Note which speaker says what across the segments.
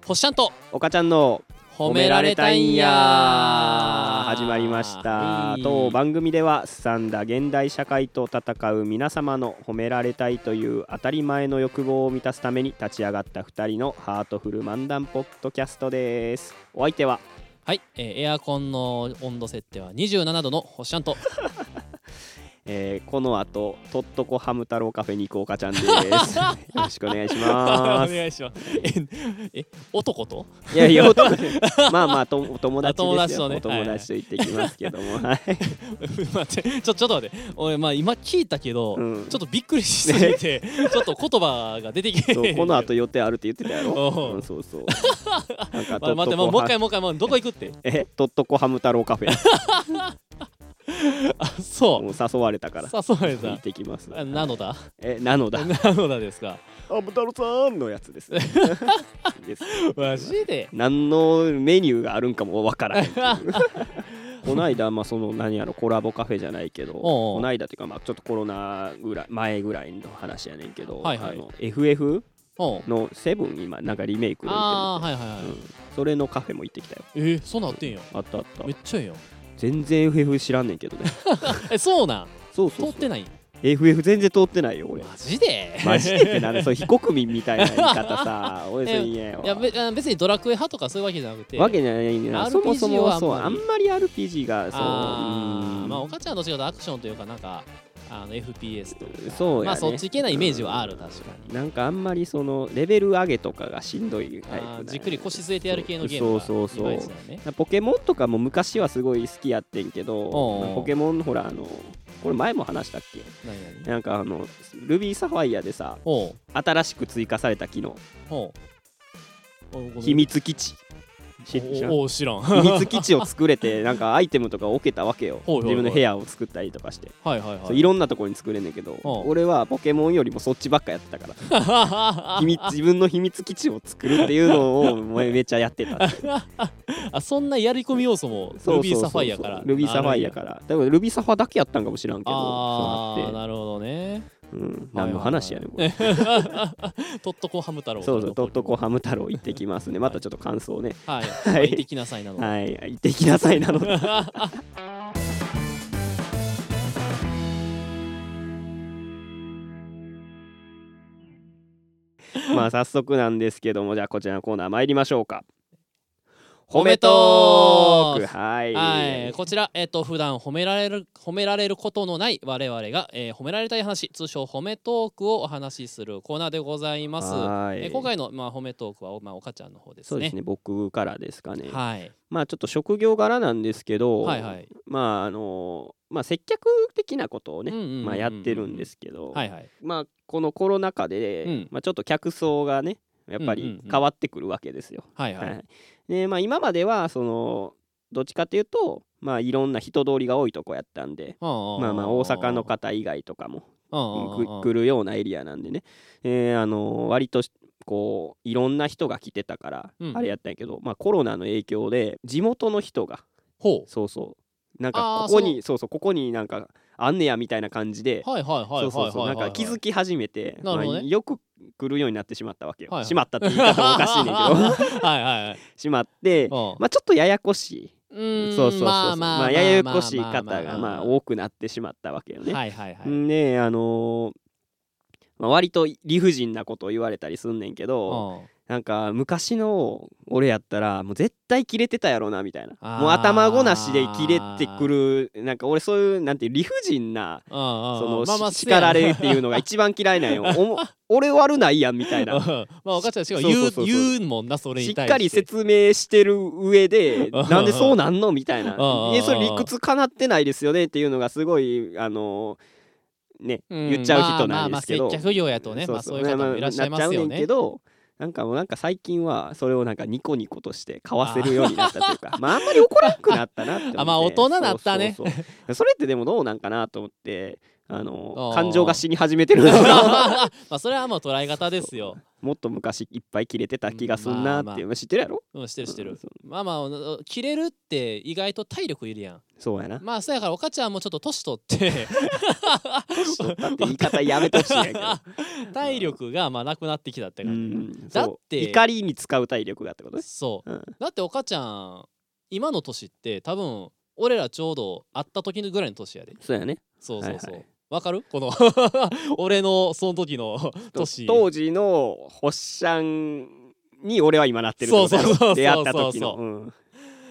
Speaker 1: ポッシャンと
Speaker 2: おかちゃんの
Speaker 1: 褒められたいんや
Speaker 2: 始まりました
Speaker 1: はい
Speaker 2: 当番組ではすさんだ現代社会と戦う皆様の褒められたいという当たり前の欲望を満たすために立ち上がった2人のハートフル漫談ポッドキャストですお相手は
Speaker 1: はい、えーエアコンの温度設定は27度のポッシャン と
Speaker 2: えーこの後とっとこハム太郎カフェに行くおか ちゃんですよろしくお願いします
Speaker 1: いしますええ男と
Speaker 2: いやいやお友達まあまあとお友達
Speaker 1: あ友
Speaker 2: で
Speaker 1: 達
Speaker 2: すよ
Speaker 1: とね
Speaker 2: お友達と行ってきますけどもはい
Speaker 1: 待ってちょちょっと待って俺まあ今聞いたけど、
Speaker 2: うん
Speaker 1: ちょっとびっくりしすぎ て、ちょっと言葉が出てき て
Speaker 2: そうこの後予定あるって言ってたや
Speaker 1: お
Speaker 2: ろ
Speaker 1: う
Speaker 2: うんそうそうなんか
Speaker 1: まあ、
Speaker 2: と
Speaker 1: 待
Speaker 2: っ
Speaker 1: っ
Speaker 2: と
Speaker 1: てもうも
Speaker 2: こ
Speaker 1: う一
Speaker 2: は
Speaker 1: 回もう一回もうどこ行くって
Speaker 2: えとっとこハム太郎カフェ
Speaker 1: あそ
Speaker 2: もう誘われたか
Speaker 1: う
Speaker 2: ら
Speaker 1: さそうや
Speaker 2: 行っ
Speaker 1: さ
Speaker 2: てきます
Speaker 1: あなのだ
Speaker 2: えなのだ
Speaker 1: なのだですか
Speaker 2: ハム太郎さんのや つですです
Speaker 1: マジで
Speaker 2: 何のメニューがあるんかもわからへんっていう この間まあその何やろコラボカフェじゃないけど
Speaker 1: おう
Speaker 2: この間っていうかまあちょっとコロナぐらい前ぐらいの話やねんけど、
Speaker 1: はいはい
Speaker 2: あの FF
Speaker 1: うん
Speaker 2: のセブン今なんかリメイクで行
Speaker 1: あ
Speaker 2: っ
Speaker 1: あはいはいはい、
Speaker 2: てる、うん、それのカフェも行ってきたよ
Speaker 1: えー、そんなんあってんや
Speaker 2: あったあった
Speaker 1: めっちゃええやん
Speaker 2: 全然 FF 知らんねんけどね
Speaker 1: えそうなん
Speaker 2: そうそ
Speaker 1: 通
Speaker 2: う
Speaker 1: っ
Speaker 2: そう
Speaker 1: てない
Speaker 2: FF 全然通ってない よ俺
Speaker 1: マジで
Speaker 2: マジでってなんだそう非国民みたいな言い方さおいそれ言えんわ
Speaker 1: いやべあ別にドラクエ派とかそういうわけじゃなくて
Speaker 2: わけじゃないねん
Speaker 1: RPG
Speaker 2: そもそもはそう
Speaker 1: はあ
Speaker 2: あ
Speaker 1: ん
Speaker 2: んまり RPG がそう
Speaker 1: あ
Speaker 2: う
Speaker 1: ー
Speaker 2: ん
Speaker 1: まあおかちゃんはどっちかというとアクションというかなんかあの FPS というか
Speaker 2: そうやね
Speaker 1: まあそっち系なイメージはある確かに
Speaker 2: なんかあんまりそのレベル上げとかがしんどいタイプ
Speaker 1: あ
Speaker 2: な
Speaker 1: ー
Speaker 2: んや
Speaker 1: じっくり腰据えてやる系のゲームが
Speaker 2: そうそうそう
Speaker 1: いまいちだよね
Speaker 2: ポケモンとかも昔はすごい好きやってんけど
Speaker 1: おうおう
Speaker 2: ポケモンほらあのこれ前も話したっけ
Speaker 1: 何何
Speaker 2: なんかあのルビーサファイアでさ
Speaker 1: ほう
Speaker 2: 新しく追加された機能
Speaker 1: ほうおごめん
Speaker 2: 秘密基地知知らん
Speaker 1: おお知らんはい
Speaker 2: 秘密基地を作 れてなんかアイテムとか置けたわけよ
Speaker 1: ほいほいほい
Speaker 2: 自分の部屋を作ったりとかして、
Speaker 1: はいはい
Speaker 2: そういろんなところに作れんねんけど
Speaker 1: おう
Speaker 2: 俺はポケモンよりもそっちばっかやってたから秘密自分の秘密基地を作るっていうのをもうめっちゃやってた
Speaker 1: あそんなやり込み要素も
Speaker 2: そうそ
Speaker 1: ル
Speaker 2: うそうそう
Speaker 1: ビーサファイアから
Speaker 2: ルビーサファイアからでもルビーサファだけやったんかもしらんけど
Speaker 1: ああ
Speaker 2: そうなって
Speaker 1: なるほどね
Speaker 2: うん、何の話やね んこれ
Speaker 1: とっとこハム太郎
Speaker 2: そうそうとっとこハム太郎行ってきますねまたちょっと感想ね
Speaker 1: はい
Speaker 2: い
Speaker 1: 入ってきなさいなので
Speaker 2: はい行ってきなさ いなのでまあ早速なんですけどもじゃあこちらのコーナー参りましょうか
Speaker 1: 褒めトーク
Speaker 2: はい、
Speaker 1: はい、こちら、えっと普段褒められる褒められることのない我々が、えー褒められたい話通称褒めトークをお話しするコーナーでございます、
Speaker 2: はい
Speaker 1: えー今回の、まあ、褒めトークは、まあ、おかちゃんの方です
Speaker 2: そうで
Speaker 1: ね
Speaker 2: すね僕からですかね、
Speaker 1: はい、
Speaker 2: まあちょっと職業柄なんですけど、
Speaker 1: はいはい
Speaker 2: まああのまあ接客的なことをね、
Speaker 1: うんうんうんうん
Speaker 2: まあ、やってるんですけど、
Speaker 1: はいはい
Speaker 2: まあこのコロナ禍で、
Speaker 1: うん
Speaker 2: まあ、ちょっと客層がねやっぱ
Speaker 1: うんうん
Speaker 2: り
Speaker 1: うん
Speaker 2: 変わってくるわけですよ。
Speaker 1: はいはい
Speaker 2: はいでまあ、今まではそのどっちかっていうと、まあ、いろんな人通りが多いとこやったんで、ま
Speaker 1: ま
Speaker 2: あ、まあ大阪の方以外とかもく
Speaker 1: 来
Speaker 2: 来
Speaker 1: る
Speaker 2: るようなエリアなんでね、えーあの割としこういろんな人が来てたから、
Speaker 1: うん
Speaker 2: あれやったんやけど、まあ、コロナの影響で地元の人が
Speaker 1: ほ
Speaker 2: そうそうなん
Speaker 1: あー
Speaker 2: かここにそうそうここになんかあんねやみたいな感じで
Speaker 1: う。はいはいはいはい
Speaker 2: そ
Speaker 1: は
Speaker 2: う
Speaker 1: い
Speaker 2: そ
Speaker 1: う
Speaker 2: そう
Speaker 1: は
Speaker 2: ないんか気づき始めて、
Speaker 1: なるほどね
Speaker 2: まあよく来るようになってしまったわけよ、
Speaker 1: はいはい
Speaker 2: しまったって言い方もおかしいねん けど
Speaker 1: はいはいはい
Speaker 2: し まって
Speaker 1: うん
Speaker 2: まあちょっとややこしい、
Speaker 1: うん
Speaker 2: そうそうそうそう
Speaker 1: まあまあ
Speaker 2: まあややこしい方がまあ
Speaker 1: い
Speaker 2: 多くなってしまったわけよね、
Speaker 1: はいはいはい
Speaker 2: ねあのーまあ、割と理不尽なことを言われたりすんねんけど、
Speaker 1: うん
Speaker 2: なんか昔の俺やったらもう絶対キレてたやろなみたい
Speaker 1: あ
Speaker 2: な
Speaker 1: ー
Speaker 2: もう頭ごなしでキレてくるなんか俺そういうなんていう理不尽な
Speaker 1: うんうんうん
Speaker 2: その、
Speaker 1: まあまあ
Speaker 2: し叱られるっていうのが一番嫌いなん よおも俺悪ないやんみた
Speaker 1: う
Speaker 2: い
Speaker 1: ん
Speaker 2: な
Speaker 1: まあおかちゃんしかも言
Speaker 2: そううそうそうそう
Speaker 1: 言うもんなそれ
Speaker 2: し
Speaker 1: に
Speaker 2: っ
Speaker 1: 対して
Speaker 2: かり説明してる上 でなんでそうなんのみたいな
Speaker 1: うん
Speaker 2: えそれ理屈かなってないですよねっていうのがすごいあのね
Speaker 1: うん
Speaker 2: 言っちゃう人なんですけ
Speaker 1: ま
Speaker 2: ど
Speaker 1: あまあ、接客業やとねまあそういう方もいらっしゃいます
Speaker 2: なっちゃ
Speaker 1: よ
Speaker 2: うねん
Speaker 1: ね
Speaker 2: け。どなんかもうなんか最近はそれをなんかニコニコとして買わせるようになったとい うかまああんまり怒らなくなったなって思って
Speaker 1: あまあ大人だったね
Speaker 2: そうそうそうそれってでもどうなんかなと思ってあの
Speaker 1: あー
Speaker 2: 感情が死に始めてるんですよ
Speaker 1: まあそれはもう捉え方ですよ。
Speaker 2: もっと昔いっぱい切れてた気がすんなーっていう、知ってるやろ
Speaker 1: うん、してるして
Speaker 2: うん
Speaker 1: る
Speaker 2: そ。
Speaker 1: まあまあおの、切れるって意外と体力いるやん。
Speaker 2: そうやな
Speaker 1: まあ、そうやから、おかちゃんもちょっと年取って、
Speaker 2: 年取ったって言い方やめてほしいんやけど
Speaker 1: 体力がまあなくなってきたって
Speaker 2: う
Speaker 1: 感じ。
Speaker 2: ん
Speaker 1: だっ
Speaker 2: そう
Speaker 1: て
Speaker 2: 怒りに使う体力がってことです、
Speaker 1: そう。
Speaker 2: うん、
Speaker 1: だって、おかちゃん、今の年って多分、俺らちょうど会った時ぐらいの年やで。
Speaker 2: そうやね
Speaker 1: そうそうそう。わ、
Speaker 2: はいは
Speaker 1: かる この俺のその時の年
Speaker 2: 当時のホッシャンに俺は今なってるってことや
Speaker 1: そうそうそうそ
Speaker 2: ろ
Speaker 1: う
Speaker 2: 出会った時の
Speaker 1: そう
Speaker 2: うん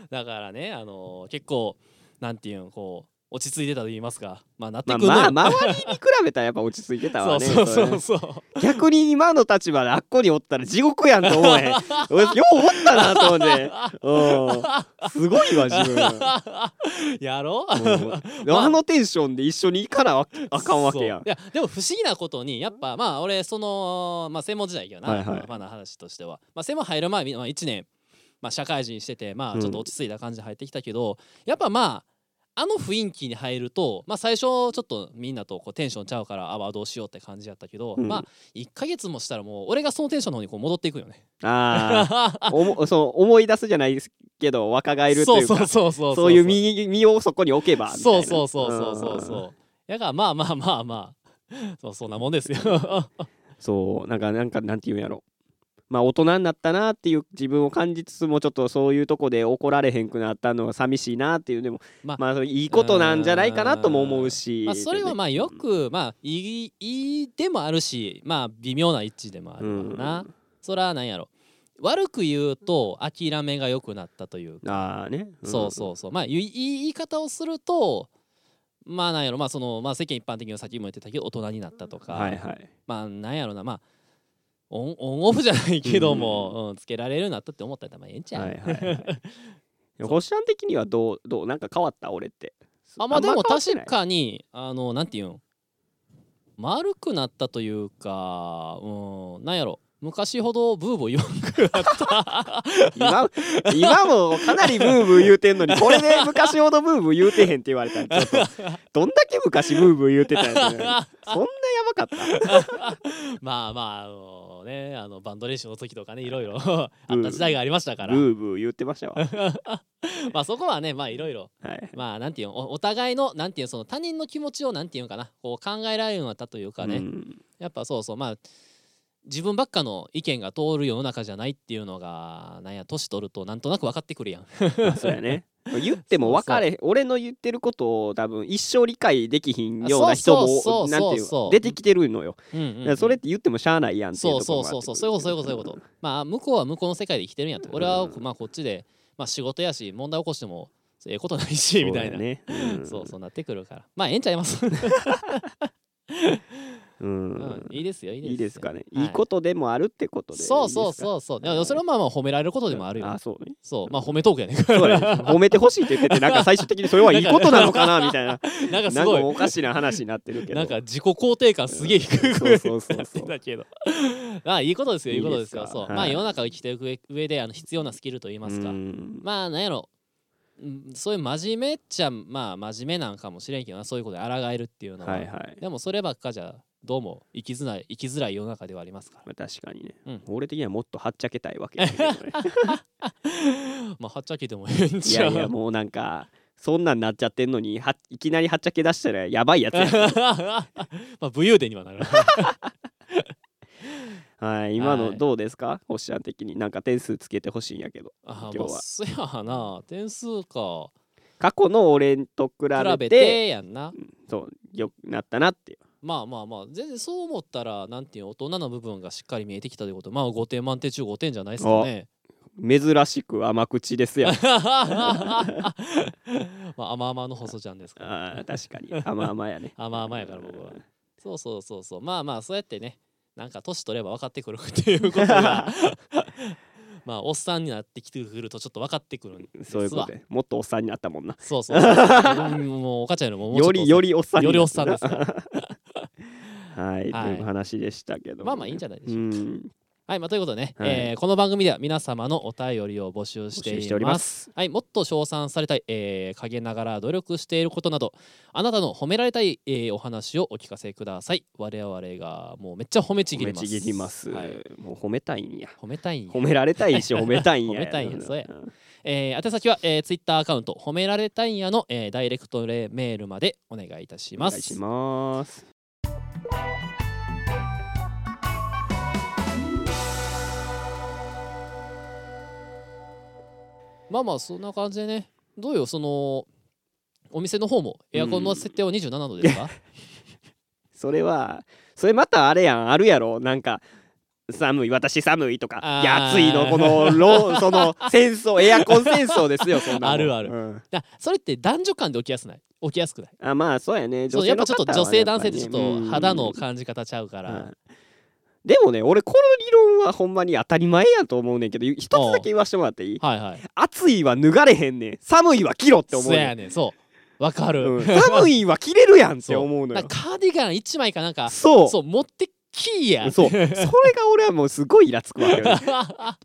Speaker 1: だからね、あのー結構なんていうんこう落ち着いてたと言いますかまあなって
Speaker 2: ま
Speaker 1: く
Speaker 2: あ
Speaker 1: るのよ、
Speaker 2: まあ周りに比べたらやっぱ落ち着いてたわね
Speaker 1: そうそうそ
Speaker 2: れね
Speaker 1: うそう
Speaker 2: 逆に今の立場であっこにおったら地獄やんと思え俺よう思ったなと思ってうんすごいわ自分。
Speaker 1: やろ
Speaker 2: うん
Speaker 1: まあ
Speaker 2: あのテンションで一緒に行かなわけあかんわけや
Speaker 1: そ
Speaker 2: ん
Speaker 1: ういやでも不思議なことにやっぱまあ俺そのまあ専門時代やけどな、
Speaker 2: はいはい
Speaker 1: まあ、な話としては、まあ、専門入る前まあ1年、まあ、社会人しててま
Speaker 2: う
Speaker 1: あ
Speaker 2: ん
Speaker 1: ちょっと落ち着いた感じで入ってきたけど、やっぱまああの雰囲気に入ると、まあ、最初ちょっとみんなとこうテンションちゃうからあまあどうしようって感じやったけど、
Speaker 2: うん
Speaker 1: まあ1ヶ月もしたらもう俺がそのテンションの方にこう戻っていくよね。
Speaker 2: あ あおもそう思い出すじゃないですけど若返るという
Speaker 1: そう
Speaker 2: か
Speaker 1: そうそうそう
Speaker 2: そういう身身をそこに置けばみたい
Speaker 1: そう
Speaker 2: な
Speaker 1: そうそうそうそうそ
Speaker 2: ん
Speaker 1: うだからまあまあまあまあそうそんなもんですよ
Speaker 2: そうなんかなんかなんていうんやろまあ大人になったなっていう自分を感じつつもちょっとそういうとこで怒られへんくなったのは寂しいなっていうでも
Speaker 1: ま
Speaker 2: ま
Speaker 1: あ
Speaker 2: あ、それいいことなんじゃないかなとも思うし
Speaker 1: まあそれはまあよくまあいいいいでもあるしまあ微妙な一致でもあるからな、
Speaker 2: う
Speaker 1: それは何やろ悪く言うと諦めが良くなったというか、
Speaker 2: ああね、
Speaker 1: そうそうそうまあいいいい言い方をするとまあなんやろまあそのまあ世間一般的にはさっきも言ってたけど大人になったとか、
Speaker 2: はいはい
Speaker 1: まあなんやろなまあオンオンオフじゃないけども、うんつけられるようになったって思ったらまあええんちゃう、
Speaker 2: はいはい はいでも星ちゃん的にはどうどうなんか変わった俺って
Speaker 1: あまあでも確
Speaker 2: に
Speaker 1: かにあのなんていうん丸くなったというかうんなんやろ昔ほどブーボー言わんくなった
Speaker 2: 今今もかなりブーブー言うてんのにこれで昔ほどブーブー言うてへんって言われたらちょっとどんだけ昔ブーブー言うてたんやろそんなやばかった
Speaker 1: まあまああのねあのバンド練習の時とかねいろいろ あった時代がありましたから、
Speaker 2: ブーブー言うてましたわはい
Speaker 1: まあそこはねまあいろいろ
Speaker 2: はい
Speaker 1: まあなんていうんおお互いのなんていうんその他人の気持ちをなんていうんかなこう考えられるようになったというかね、
Speaker 2: うん
Speaker 1: やっぱそうそうまあ自分ばっかの意見が通る世の中じゃないっていうのがなんや年取るとなんとなく分かってくるやん。
Speaker 2: まあそうやね言っても分かれ俺の言ってることを多分一生理解できひんような人
Speaker 1: そ
Speaker 2: も
Speaker 1: うそうそう
Speaker 2: なんてい
Speaker 1: そうそう
Speaker 2: う出てきてるのよ
Speaker 1: うん
Speaker 2: だ
Speaker 1: うん
Speaker 2: か
Speaker 1: う
Speaker 2: ら
Speaker 1: ん
Speaker 2: それって言ってもしゃあないやんってい
Speaker 1: そうう
Speaker 2: とこ
Speaker 1: そ
Speaker 2: ろ
Speaker 1: う
Speaker 2: もあ
Speaker 1: そう
Speaker 2: って
Speaker 1: そうそういうことそういうことそういう ことまあ向こうは向こうの世界で生きてるんやと俺はまあこっちで、まあ、仕事やし問題起こしてもええことないし みたいな
Speaker 2: そうだねうん
Speaker 1: そうそうなってくるからまあええんちゃいます、
Speaker 2: う
Speaker 1: うんん、いいですよいいですよ
Speaker 2: いいですかね、
Speaker 1: はい
Speaker 2: い、いことでもあるってことで
Speaker 1: そうそう
Speaker 2: う
Speaker 1: そうそうでもそれはまあまあ褒められることでもあるよ、
Speaker 2: あそうね
Speaker 1: そうまあ褒めトークやね ん
Speaker 2: そうだね褒めてほしいって言っててなんか最終的にそれはいいことなの かなみたいな
Speaker 1: なんかす
Speaker 2: なん
Speaker 1: ご
Speaker 2: か
Speaker 1: い
Speaker 2: おかしな話になってるけど
Speaker 1: なんか自己肯定感すげえ低く
Speaker 2: うんそうそうそうそう
Speaker 1: なってたけど まあいいことですよいいことですよ
Speaker 2: いいですか
Speaker 1: そう、
Speaker 2: はい
Speaker 1: まあ世の中を生きていく上であの必要なスキルといいますか、
Speaker 2: うん
Speaker 1: まあなんやろうんそういう真面目っちゃまあ真面目なんかもしれんけどなそういうことで抗えるっていうのは、
Speaker 2: はいはい
Speaker 1: でもそればっかじゃどうも生きづらい生きづらい世の中ではありますから
Speaker 2: まあ確かにね、
Speaker 1: うん
Speaker 2: 俺的にはもっとはっちゃけたいわけだけど ね
Speaker 1: まあはっちゃけてもええん
Speaker 2: い
Speaker 1: ちゃ
Speaker 2: や
Speaker 1: う
Speaker 2: いやもうなんかそんなんなっちゃってんのにはいきなりはっちゃけ出したらやばいや つや
Speaker 1: まあ武勇伝にはな る
Speaker 2: はい今
Speaker 1: は
Speaker 2: の
Speaker 1: い
Speaker 2: どうですか星ちゃん的になんか点数つけてほしいんやけど
Speaker 1: あ
Speaker 2: 今日
Speaker 1: まあ
Speaker 2: は
Speaker 1: そやな点数か
Speaker 2: 過去の俺と比べて
Speaker 1: 比べてやんな
Speaker 2: そうよくなったなっていう
Speaker 1: まあまあまあ全然そう思ったらなんていうの大人の部分がしっかり見えてきたということまあ5点満点中5点じゃないですかね
Speaker 2: 珍しく甘口です よ
Speaker 1: まあ、甘々の細ちゃんですから。
Speaker 2: あー確かに甘々やね
Speaker 1: 甘々やから僕は。そうそうそうそう。まあまあ、そうやってね、なんか年取れば分かってくるっていうこと が、まあ、おっさんになってきてくるとちょっと分かってくるんです
Speaker 2: そういうことでもっとおっさんになったもんな
Speaker 1: そうそうそう。うんもう、お母ちゃんよりももうちょっ
Speaker 2: よ
Speaker 1: と
Speaker 2: りよりおっさん
Speaker 1: よ
Speaker 2: に
Speaker 1: り
Speaker 2: な
Speaker 1: お
Speaker 2: っ
Speaker 1: っさ
Speaker 2: た
Speaker 1: ん
Speaker 2: な
Speaker 1: ですから。
Speaker 2: はい、
Speaker 1: はい
Speaker 2: という話でしたけどもね、
Speaker 1: まあまあいいんじゃないでしょう
Speaker 2: うん
Speaker 1: はい、まあ、ということでね、
Speaker 2: はい
Speaker 1: えーこの番組では皆様のお便りを募集していま
Speaker 2: 募集
Speaker 1: す
Speaker 2: しております
Speaker 1: はい、もっと称賛されたい、えー陰ながら努力していることなどあなたの褒められたい、えーお話をお聞かせください我々がもうめっちゃ褒めちぎり
Speaker 2: 褒め
Speaker 1: ます
Speaker 2: ちぎります、
Speaker 1: はい、
Speaker 2: もう褒めたいんや
Speaker 1: 褒めたいんや
Speaker 2: 褒められたいし褒めたいん や
Speaker 1: 褒めたいんやそうや
Speaker 2: ん
Speaker 1: えー宛先は、えー、ツイッターアカウント褒められたいんやの、えーダイレクトレメールまでお願いいたし
Speaker 2: お
Speaker 1: ま
Speaker 2: 願い
Speaker 1: す
Speaker 2: します
Speaker 1: まあまあそんな感じでねどうよそのお店の方もエアコンの設定は27度ですか、
Speaker 2: それはそれまたあれやんあるやろなんか寒い私寒いとか
Speaker 1: あー
Speaker 2: いや暑いのこのローその 戦争エアコン戦争ですよそんなもん
Speaker 1: あるある
Speaker 2: うん
Speaker 1: だそれって男女間で起きやすない起きやすくない
Speaker 2: あまあそうやね
Speaker 1: そうやっ
Speaker 2: 女性の
Speaker 1: ぱちょっ
Speaker 2: 方は
Speaker 1: と
Speaker 2: ね
Speaker 1: 女性男性ってちょっと
Speaker 2: うん
Speaker 1: 肌の感じ方ちゃうから、
Speaker 2: うんでもね俺この理論はほんまに当たり前やと思うねんけど一つだけ言わしてもらっていい
Speaker 1: はいはい
Speaker 2: 暑いは脱がれへんねん寒いは着ろって 思
Speaker 1: そうう
Speaker 2: ね
Speaker 1: や
Speaker 2: ん
Speaker 1: ねそうわかる、
Speaker 2: うん寒いは着れるやんって
Speaker 1: そう
Speaker 2: 思うの
Speaker 1: な
Speaker 2: よ
Speaker 1: んかカーディガン1枚かなんか
Speaker 2: そう
Speaker 1: そう持ってきいや
Speaker 2: そうそれが俺はもうすごいイラつくわけよねさ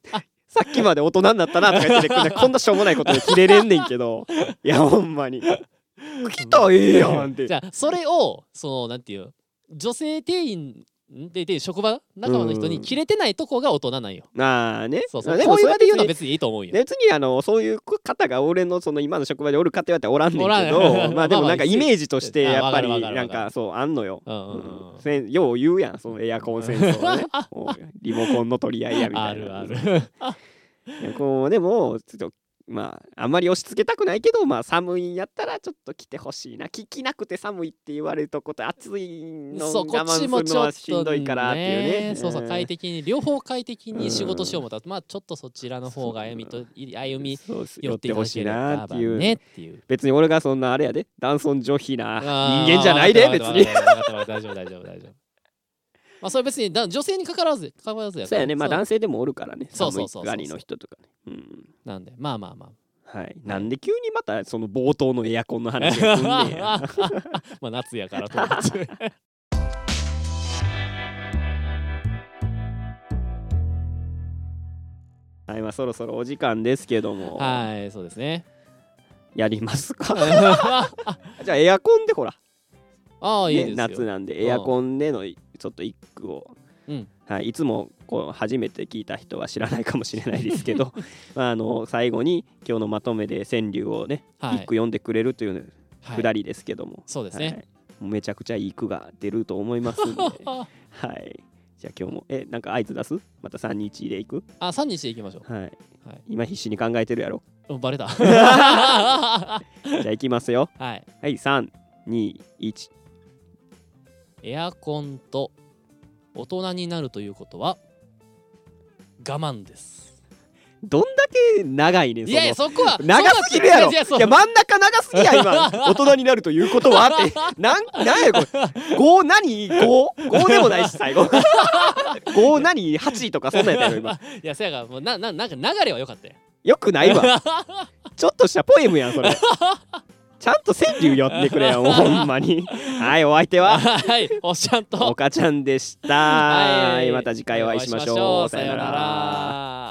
Speaker 2: っきまで大人になったなとか言って てこんなこんなしょうもないことで着れれんねんけどいやほんまに着たらええやんって
Speaker 1: じゃあそれをそのなんていう女性店員でで職場仲間の人
Speaker 2: う
Speaker 1: に
Speaker 2: ん
Speaker 1: 切れてないとこが大人なんよ。
Speaker 2: まあね
Speaker 1: そうそう
Speaker 2: で
Speaker 1: こ
Speaker 2: も
Speaker 1: ういう
Speaker 2: そ
Speaker 1: 場
Speaker 2: れ
Speaker 1: で
Speaker 2: で
Speaker 1: 言うのは
Speaker 2: 別に
Speaker 1: 別にいいと思うよ。
Speaker 2: 別にあのそういう方が俺のその今の職場でおる方やったらおらんねんけ
Speaker 1: おら
Speaker 2: ど
Speaker 1: ん
Speaker 2: まあでもなんかイメージとして
Speaker 1: あ
Speaker 2: やっぱり
Speaker 1: わかるわかる
Speaker 2: な
Speaker 1: わ
Speaker 2: ん
Speaker 1: かる
Speaker 2: かそうあんのよ
Speaker 1: うんうんうん
Speaker 2: うんせんよう言うやんそのエアコン戦争は ねもうリモコンの取り合いやみた
Speaker 1: あ
Speaker 2: いな
Speaker 1: るある。
Speaker 2: いや こうでもちょっとまああんまり押し付けたくないけどまあ寒いんやったらちょっと着てほしいな着着なくて寒いって言われるとこと暑いの
Speaker 1: そうこ
Speaker 2: 我
Speaker 1: っ
Speaker 2: 慢す
Speaker 1: ち
Speaker 2: る
Speaker 1: もち
Speaker 2: の
Speaker 1: ょ
Speaker 2: は
Speaker 1: っ
Speaker 2: しん
Speaker 1: と
Speaker 2: どいからっていうね
Speaker 1: ねそうそう快適に両方快適に仕事しようもたまあちょっとそちらの方が
Speaker 2: そう
Speaker 1: 歩みと歩み
Speaker 2: そうそう
Speaker 1: 寄
Speaker 2: 寄
Speaker 1: っ
Speaker 2: ってて
Speaker 1: いた
Speaker 2: ほ
Speaker 1: だ
Speaker 2: し
Speaker 1: け
Speaker 2: い
Speaker 1: れ
Speaker 2: な
Speaker 1: ば
Speaker 2: っていう、
Speaker 1: ねっていう。
Speaker 2: 別に俺がそんなあれやで男尊女卑な
Speaker 1: あー
Speaker 2: 人間じゃないで別に。
Speaker 1: わかったわかったわかった大丈夫大丈夫大丈夫。まあそれ別にだ女性にかからず関わらずや
Speaker 2: そうやねまあ
Speaker 1: そう
Speaker 2: 男性でもおるからね
Speaker 1: そう
Speaker 2: 寒
Speaker 1: そうそうそ
Speaker 2: い
Speaker 1: う
Speaker 2: がりの人とかね。うん
Speaker 1: なんでまあまあまあ。
Speaker 2: はい、なんで急にまたその冒頭のエアコンの話がすんねんや
Speaker 1: まあ夏やからと思 って。
Speaker 2: はいまあそろそろお時間ですけども、
Speaker 1: はい、そうです ね。
Speaker 2: やりますか
Speaker 1: あ
Speaker 2: じゃあエアコンでほら
Speaker 1: あ、いいです
Speaker 2: ね、
Speaker 1: よ。
Speaker 2: 夏なんでエアコンでのちょっと一句を、
Speaker 1: うん
Speaker 2: はい、いつもこう初めて聞いた人は知らないかもしれないですけ ど、まあ、あの最後に今日のまとめで川柳をね一、
Speaker 1: はい
Speaker 2: 句読んでくれるという
Speaker 1: はい
Speaker 2: くだりですけども、
Speaker 1: そうです
Speaker 2: はい
Speaker 1: ね。
Speaker 2: もうめちゃくちゃいい句が出ると思いま すんで、は
Speaker 1: あ
Speaker 2: い、じゃあ今日もえなんか合図出すまた3日でいく、
Speaker 1: あ、3日でいきましょ
Speaker 2: はい
Speaker 1: はい
Speaker 2: 今必死に考えてるやろ
Speaker 1: う。うんバレ た。 は
Speaker 2: じゃあいきますよ
Speaker 1: い。
Speaker 2: はい321
Speaker 1: エアコンと大人になるということは我慢です。
Speaker 2: どんだけ長いねん
Speaker 1: いやいや、そこは
Speaker 2: 長すぎるやろ
Speaker 1: いや、
Speaker 2: い
Speaker 1: そう
Speaker 2: や真ん中長すぎや 今大人になるということはってなんなんやこれ5何55でもないし 最後5何8とかそんなんやったよ今
Speaker 1: いや、せやから、もうな、な、なんか流れは良かった よ。
Speaker 2: よくないわちょっとしたポエムやんそれちゃんと川柳寄ってくれ よもうほんまにはいお相手 は
Speaker 1: はい、おっしゃんと。
Speaker 2: 岡ちゃんでした、
Speaker 1: はい
Speaker 2: また次回お会いしましょう
Speaker 1: さようなら。